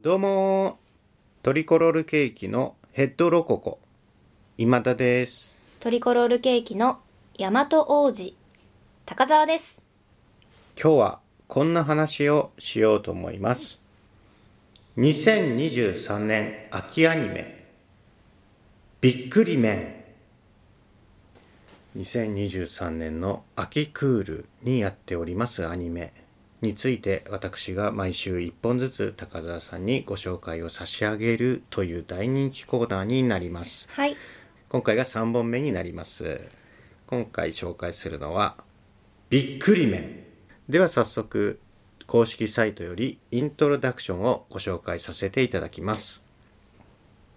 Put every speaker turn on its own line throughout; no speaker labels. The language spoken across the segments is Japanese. どうもートリコロールケーキのヘッドロココ今田です
トリコロールケーキの大和王子高澤です
今日はこんな話をしようと思います2023年秋アニメびっくりメン2023年の秋クールにやっておりますアニメについて私が毎週1本ずつ高澤さんにご紹介を差し上げるという大人気コーナーになります
はい
今回が3本目になります今回紹介するのはびっくり麺では早速公式サイトよりイントロダクションをご紹介させていただきます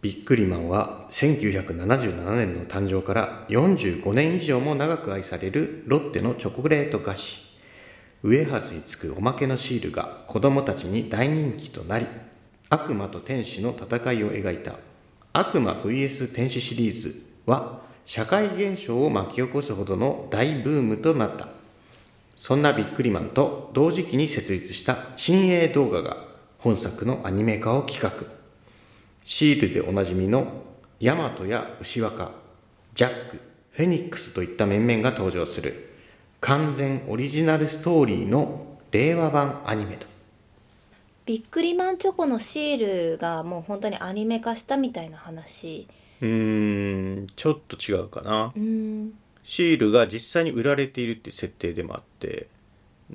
ビックリマンは1977年の誕生から45年以上も長く愛されるロッテのチョコレート菓子ウエハースにつくおまけのシールが子供たちに大人気となり悪魔と天使の戦いを描いた「悪魔 VS 天使」シリーズは社会現象を巻き起こすほどの大ブームとなったそんなビックリマンと同時期に設立した新鋭動画が本作のアニメ化を企画シールでおなじみのヤマトや牛若ジャックフェニックスといった面々が登場する完全オリジナルストーリーの令和版アニメと
ビックリマンチョコのシールがもう本当にアニメ化したみたいな話
うーんちょっと違うかな
うーん
シールが実際に売られているっていう設定でもあって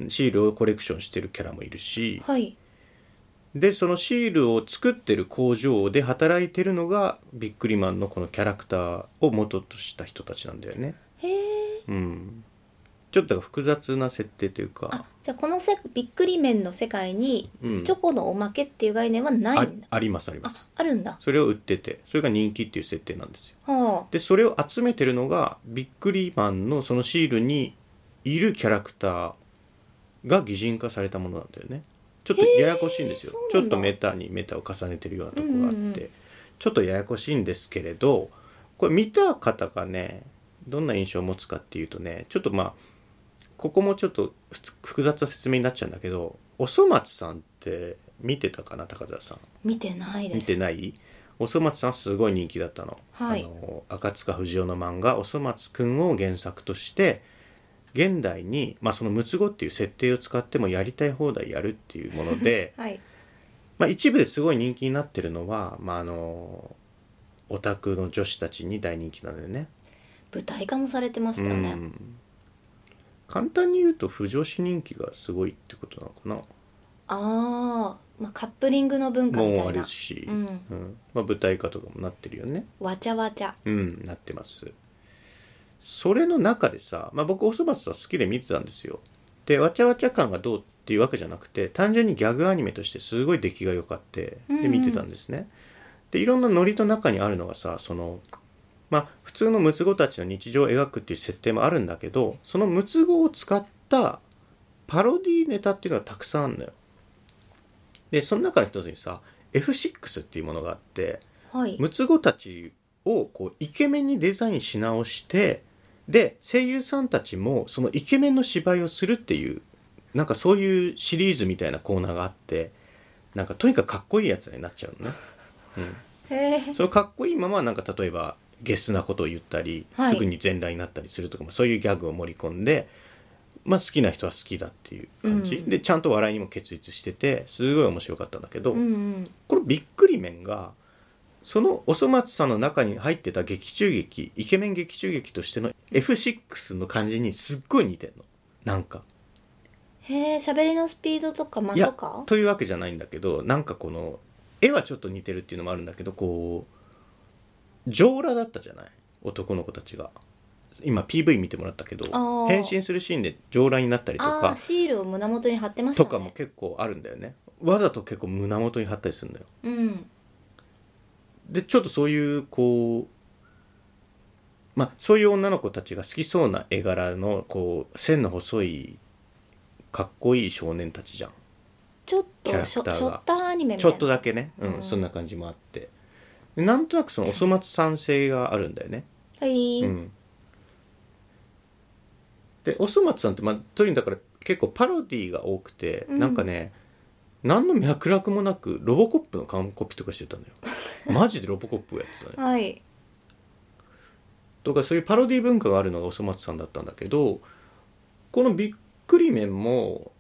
シールをコレクションしてるキャラもいるし
はい
でそのシールを作ってる工場で働いてるのがビックリマンのこのキャラクターを元とした人たちなんだよね
へえ
うんちょっと複雑な設定という
あ
か
じゃあこのせビックリメンの世界にチ
うん
ョコのおまけっていう概念はない
あ
んだ、
ありますありま
あ
す
あるんだ
それを売っててそれが人気っていう設定なんですよ
は
でそれを集めてるのがビックリマンのそのシールにいるキャラクターが擬人化されたものなんだよねちょっとややこしいんですよ
へー
ち
そ
ょっ
うなんだ
とメタにメタを重ねてるようなところがあって、
うんうんうん
ちょっとややこしいんですけれどこれ見た方がねどんな印象を持つかっていうとねちょっとまあここもちょっとふつ複雑な説明になっちゃうんだけどおそ松さんって見てたかな高澤さん
見てないです
見てないおそ松さんはすごい人気だったの,、
はい
あの赤塚不二夫の漫画「おそ松くん」を原作として現代に、まあ、その六つ子っていう設定を使ってもやりたい放題やるっていうもの で
はい
まあ一部ですごい人気になってるのは、まあ、あのオタクの女子たちに大人気なんだよね。
舞台化もされてました
う
ね
ん簡単に言うと不女子人気がすごいってことなのかな
あー、まあカップリングの文化み
もう
た
あ
い
る
な
し、
うん
うんまあ、舞台化とかもなってるよね。
わちゃわちゃ
うん、なってます。それの中でさ、まあ、僕、おそ松さん好きで見てたんですよ。で、わちゃわちゃ感がどうっていうわけじゃなくて、単純にギャグアニメとしてすごい出来が良かって、
うんう
で、
ん
見てたんですね。で、いろんなノリの中にあるのがさ、その、まあ、普通のムツゴたちの日常を描くっていう設定もあるんだけど、そのムツゴを使ったパロディネタっていうのはたくさんあるのよ。で、その中の一つにさ、F6 っていうものがあって、
はい
ムツゴたちをこうイケメンにデザインし直してで声優さんたちもそのイケメンの芝居をするっていうなんかそういうシリーズみたいなコーナーがあってなんかとにかくかっこいいやつになっちゃうのね。
へえ
そのかっこいいままなんか例えばゲスなことを言ったり、
はい
すぐに全裸になったりするとか、まあ、そういうギャグを盛り込んで、まあ、好きな人は好きだっていう感じ、
うん
でちゃんと笑いにも結実しててすごい面白かったんだけど、
うんうん
このびっくり面がそのおそ松さんの中に入ってた劇中劇イケメン劇中劇としての F6 の感じにすっごい似てんのなんか
へえ喋りのスピードとか間
いや
とか
というわけじゃないんだけどなんかこの絵はちょっと似てるっていうのもあるんだけどこう上裸だったじゃない男の子たちが今 PV 見てもらったけど
ー
変身するシーンで上裸になったりと
あ
か
あシールを胸元に貼ってました
と
ね
かも結構あるんだよねわざと結構胸元に貼ったりするんだよ
うん
でちょっとそういうこうまあそういう女の子たちが好きそうな絵柄のこう線の細いかっこいい少年たちじゃん
ちょっ
キャ
と
ラ
しょ
クターが
しょったアニメみ
ち
た
ょ
いな
っとだけね、うん
うん
そんな感じもあってでなんとなくそのおそ松さん性があるんだよね、
はい、
うん、でおそ松さんってまあとにかくだから結構パロディーが多くて、
うん
なんかね何の脈絡もなくロボコップの完コピとかしてたのよマジでロボコップをやってたね
はい
とかそういうパロディ文化があるのがおそ松さんだったんだけどこのびっくり面も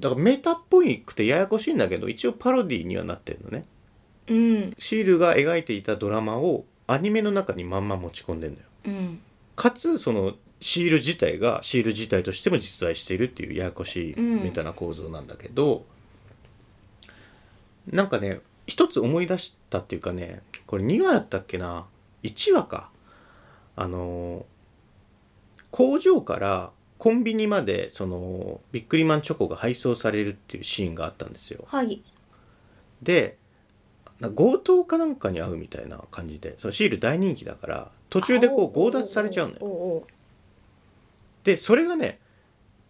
だからメタっぽくてややこしいんだけど一応パロディにはなってるのね
うん
シールが描いていたドラマをアニメの中にまんま持ち込んでんのよ
うん
かつそのシール自体がシール自体としても実在しているっていうややこしいメタな構造なんだけど、なんかね一つ思い出したっていうかねこれ2話だったっけな1話かあの工場からコンビニまでそのビックリマンチョコが配送されるっていうシーンがあったんですよ
はい
でな強盗かなんかに遭うみたいな感じでそのシール大人気だから途中でこう強奪されちゃうのよ
おうおう
でそれがね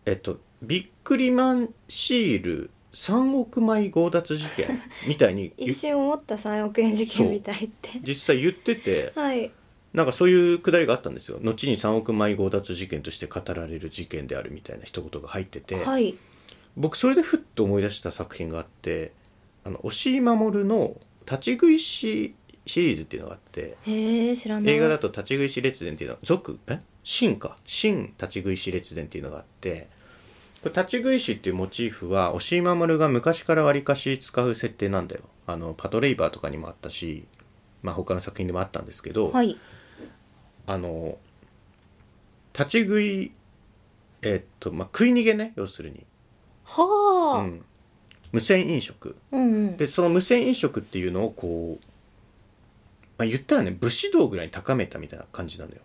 えっとビックリマンシール3億枚強奪事件みたいに
一瞬思った3億円事件みたいって
実際言ってて
はい
なんかそういうくだりがあったんですよ後に3億枚強奪事件として語られる事件であるみたいな一言が入ってて、
はい
僕それでふっと思い出した作品があってあの押井守の「立ち食いし」シリーズっていうのがあって
へえ知らない
映画だと立ち食いし列伝っていうのは続え新か新立ち食いし列伝っていうのがあってこれ立ち食いしっていうモチーフは押井守が昔からわりかし使う設定なんだよあのパトレイバーとかにもあったし、まあ、他の作品でもあったんですけど、
はい
あの立ち食いえっとまあ食い逃げね要するに、
は
う
あ、
ん、無銭飲食
うん、うん
でその無銭飲食っていうのをこう、まあ、言ったらね武士道ぐらいに高めたみたいな感じなの よ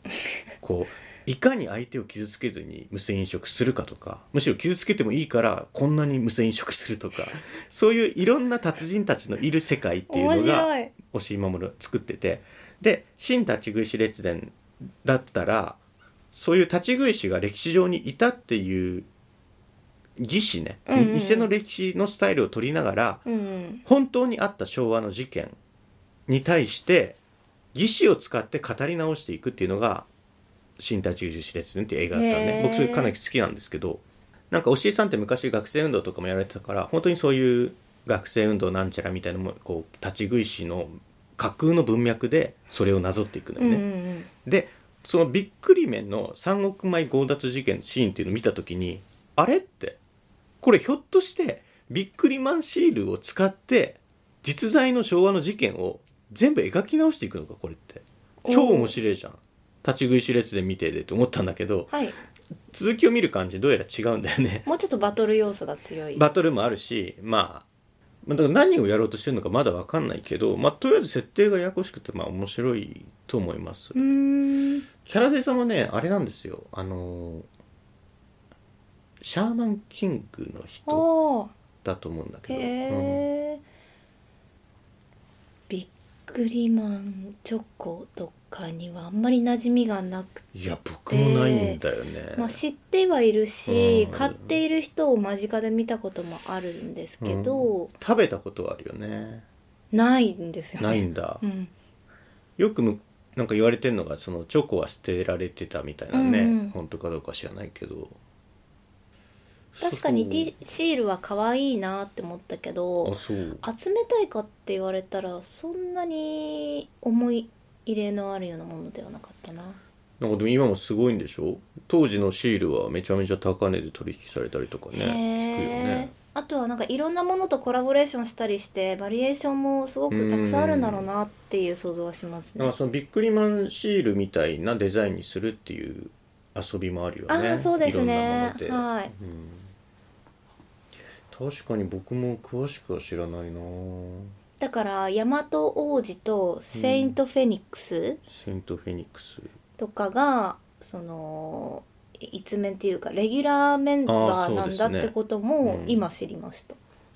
こういかに相手を傷つけずに無銭飲食するかとかむしろ傷つけてもいいからこんなに無銭飲食すると かそういういろんな達人たちのいる世界っていう
面
のが
白い
押井守は作っててで「新立ち食いし列伝」だったらそういう立ち食い師が歴史上にいたっていう義士ね、
うんうんうん
店の歴史のスタイルを取りながら
うんうん
本当にあった昭和の事件に対して義士を使って語り直していくっていうのが「新太中樹史列伝」っていう映画だったん
へ
で
ー
僕それかなり好きなんですけどなんか押井さんって昔学生運動とかもやられてたから本当にそういう学生運動なんちゃらみたいなのもこう立ち食い師の架空の文脈でそれをなぞっていくの
う
よ
ん
ね。
うんうん
でそのびっくり面の3億枚強奪事件のシーンっていうのを見た時にあれってこれひょっとしてびっくりマンシールを使って実在の昭和の事件を全部描き直していくのかこれって超面白いじゃん立ち食いし列で見てでと思ったんだけど
はい
続きを見る感じどうやら違うんだよね
もうちょっとバトル要素が強い
バトルもあるしまあまあだから何をやろうとしてるのかまだ分かんないけど、まあ、とりあえず設定がややこしくてまあ面白いと思います
うーん
キャラデザもねあれなんですよあのーシャーマンキングの人
おお
だと思うんだけ
へ
ど、
え、ビックリマンチョコとかにはあんまり馴染みがなくて
うんいや僕もないんだよね、
まあ、知ってはいるし、
うん
買っている人を間近で見たこともあるんですけど、
食べたことはあるよね
ないんですよね。
ないんだ
うん
よくむなんか言われてるのがそのチョコは捨てられてたみたいなね、
うんうん
本当かどうか知らないけど
確かに
そう
T シールは可愛いなって思ったけ
あ
ど
そう
集めたいかって言われたらそんなに思い入れのあるようなものではなかったな
なんかでも今もすごいんでしょ当時のシールはめちゃめちゃ高値で取引されたりとかね
へ
聞くよ
え
ね
あとはなんかいろんなものとコラボレーションしたりしてバリエーションもすごくたくさんあるんだろうなっていう想像はします
なん
ね
かそのビックリマンシールみたいなデザインにするっていう遊びもあるよね。
あーそうですね
いろんなもので、
はい
うん確かに僕も詳しくは知らないな。
だからヤマト王子とセイント・フェニックス
セントフェニックス。
とかがその一面っていうかレギュラーメン
あー
バ
そう
ーな
で
ん
すね
だってこと
う
も
ん
今知りました。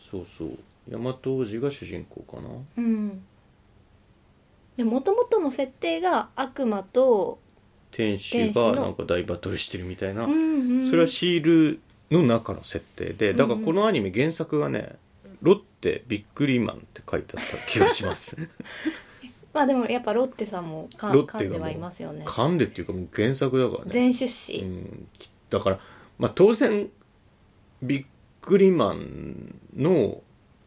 そうそう。大和王子が主人公かな。
うんでもともとの設定が悪魔と、
天使
天使
が
の
なんか大バトルしてるみたいな。
うんうん
それはシールの中の設定で、だからこのアニメ原作がね、ロッテビックリマンって書いてあった気がします。
まあでもやっぱロッテさんもか
ロッテが
噛んではいますよね。
噛んでっていうかもう原作だからね。
全出
う
資、
ん、だから、まあ、当然ビックリマンの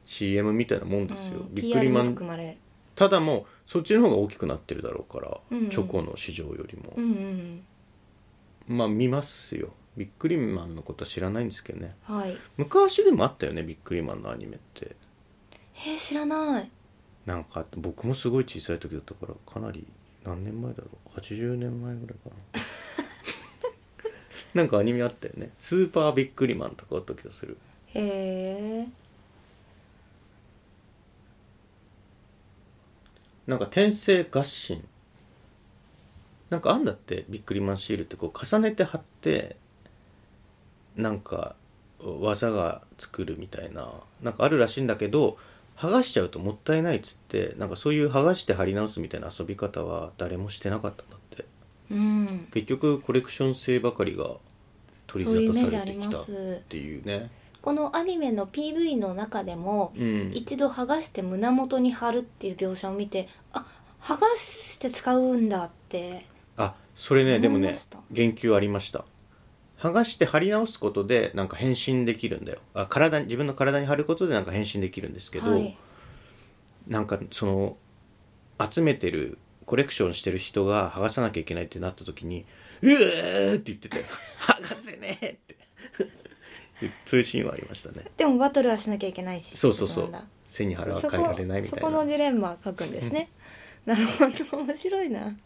CM みたいなもんですよ、
うん
ビックリマ
PR も
ン
含まれる
ただもうそっちの方が大きくなってるだろうから、
うんうん
チョコの市場よりも
う、んうん
まあ見ますよビックリマンのことは知らないんですけどね
うんはい
昔でもあったよねビックリマンのアニメって
えー、知らない
なんか僕もすごい小さい時だったからかなり何年前だろう80年前ぐらいか ななんかアニメあったよねスーパービックリマンとかあった気がする
へえ
なんか転生合心なんかあんだってビックリマンシールってこう重ねて貼ってなんか技が作るみたいななんかあるらしいんだけど剥がしちゃうともったいないっつってなんかそういう剥がして貼り直すみたいな遊び方は誰もしてなかったんだって
うん
結局コレクション性ばかりが取り
そういうイメ
沙
ー
汰
ジ
さ
あ
れ
り
てき
ま
たっ
す
ていうね
このアニメの PV の中でも、
うん
一度剥がして胸元に貼るっていう描写を見てあ剥がして使うんだって
あそれねでも
思い
ね
ました
言及ありました剥がして貼り直すことでなんか変身できるんだよあ体に自分の体に貼ることでなんか変身できるんですけど、
はい
なんかその集めてるコレクションしてる人が剥がさなきゃいけないってなった時に「うえー!」って言ってた よ「剥がせねえ!」って そういうシーンはありましたね
でもバトルはしなきゃいけないし
そうそうそ
っ
う
てことなんだ
背に腹は
そ
変えられない
こ
み
そ
たい
こ
な
のジレンマ書くんですねなるほど面白いな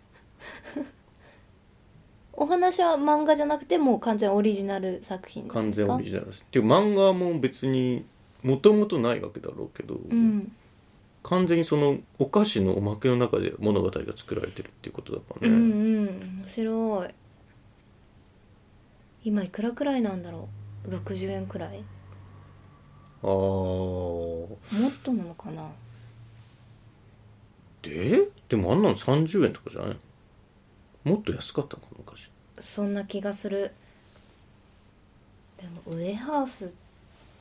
お話は漫画じゃなくてもう完全オリジナル作品なん
完
です
全
か
オリジナルですっていう漫画も別にもともとないわけだろうけど、
うん
完全にそのお菓子のおまけの中で物語が作られてるっていうことだから
う
ね、
んうん面白い今いくらくらいなんだろう60円くらい
あー
もっとなのかな
ででもあんなの30円とかじゃないのもっと安かったのかな昔
そんな気がするでもウエハース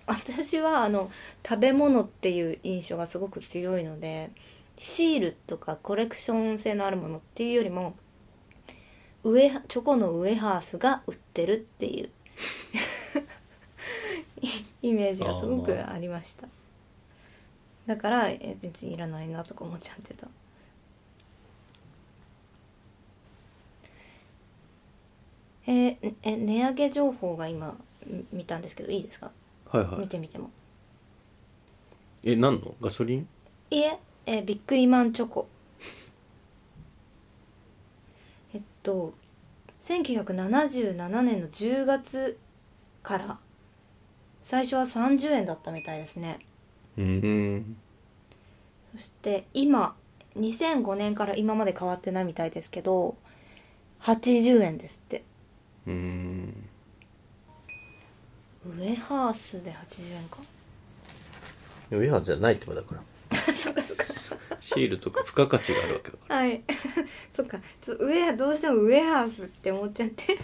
私はあの食べ物っていう印象がすごく強いのでシールとかコレクション性のあるものっていうよりもウエハチョコのウエハースが売ってるっていう イイメージがすごくありましただからえ別にいらないなとか思っちゃってたえーんえ値上げ情報が今み見たんですけどいいですか
はいは
見
い
てみても
え何のガソリン
いええービックリマンチョコ えっと1977年の10月から最初は30円だったみたいですね
うん
そして今2005年から今まで変わってないみたいですけど80円ですって
うん
ウエハースで80円か
ウェアじゃないってことだから
そっかそっか
シールとか付加価値があるわけだから
はい そっかちょっとウエハどうしてもウエハースって思っちゃって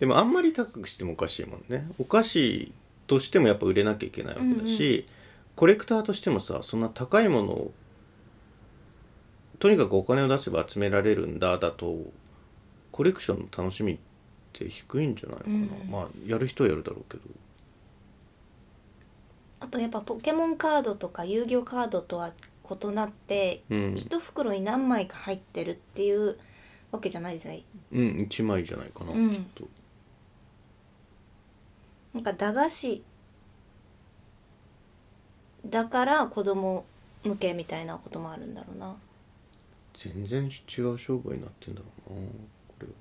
でもあんまり高くしてもおかしいもんねお菓子としてもやっぱ売れなきゃいけないわけだし、コレクターとしてもさそんな高いものをとにかくお金を出せば集められるんだだとコレクションの楽しみって低いんじゃないのかな、
うん
まあやる人はやるだろうけど
あとやっぱポケモンカードとか遊戯王カードとは異なって、
うん、
一袋に何枚か入ってるっていうわけじゃないですね
うん、1枚じゃないかな、
うん
きっと
なんか駄菓子だから子供向けみたいなこともあるんだろうな
全然違う商売になってんだろうなこれは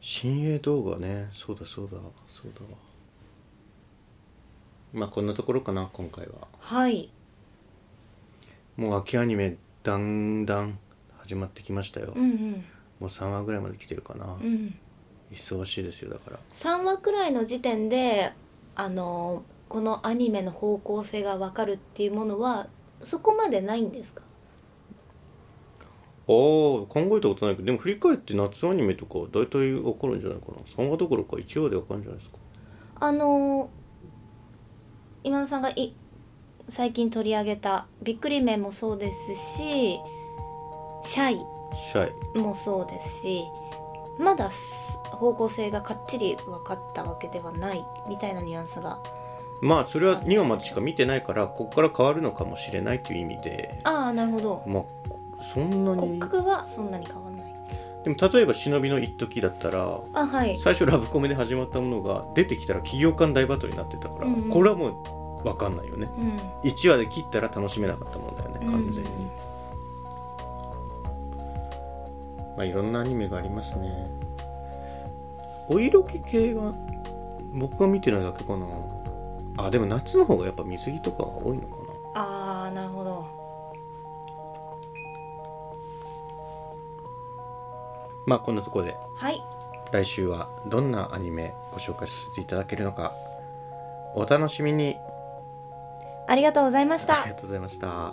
新鋭動画ねそうだそうだそうだわまあこんなところかな今回は
はい
もう秋アニメだんだん始まってきましたよ、
うんうん
もう3話ぐらいまで来てるかな、
うん
忙しいですよだから
3話くらいの時点であのこのアニメの方向性がわかるっていうものはそこまでないんですか
おお考えたことないけどでも振り返って夏アニメとか大体分かるんじゃないかな3話どころか1話で分かるんじゃないですか
あの今田さんがい最近取り上げた「びっくりメン」もそうですし「シャイ
シャイ」
もそうですしまだす方向性がかっちり分かったわけではないみたいなニュアンスが
まあそれは2話までしか見てないからここから変わるのかもしれないという意味で
ああなるほど
まあこそんな
骨
に
格はそんなに変わんない
でも例えば「忍びの一時だったら
あはい
最初ラブコメで始まったものが出てきたら企業間大バトルになってたから、
うんうん
これはもう分かんないよね
うん
1話で切ったら楽しめなかったもんだよね完全に、
うん
まあいろんなアニメがありますねお色気系が僕が見てないだけかなあでも夏の方がやっぱ水着とかが多いのかな
ああなるほど
まあこんなところで
はい
来週はどんなアニメご紹介させていただけるのかお楽しみに
ありがとうございまし
あ
た
りがとうございました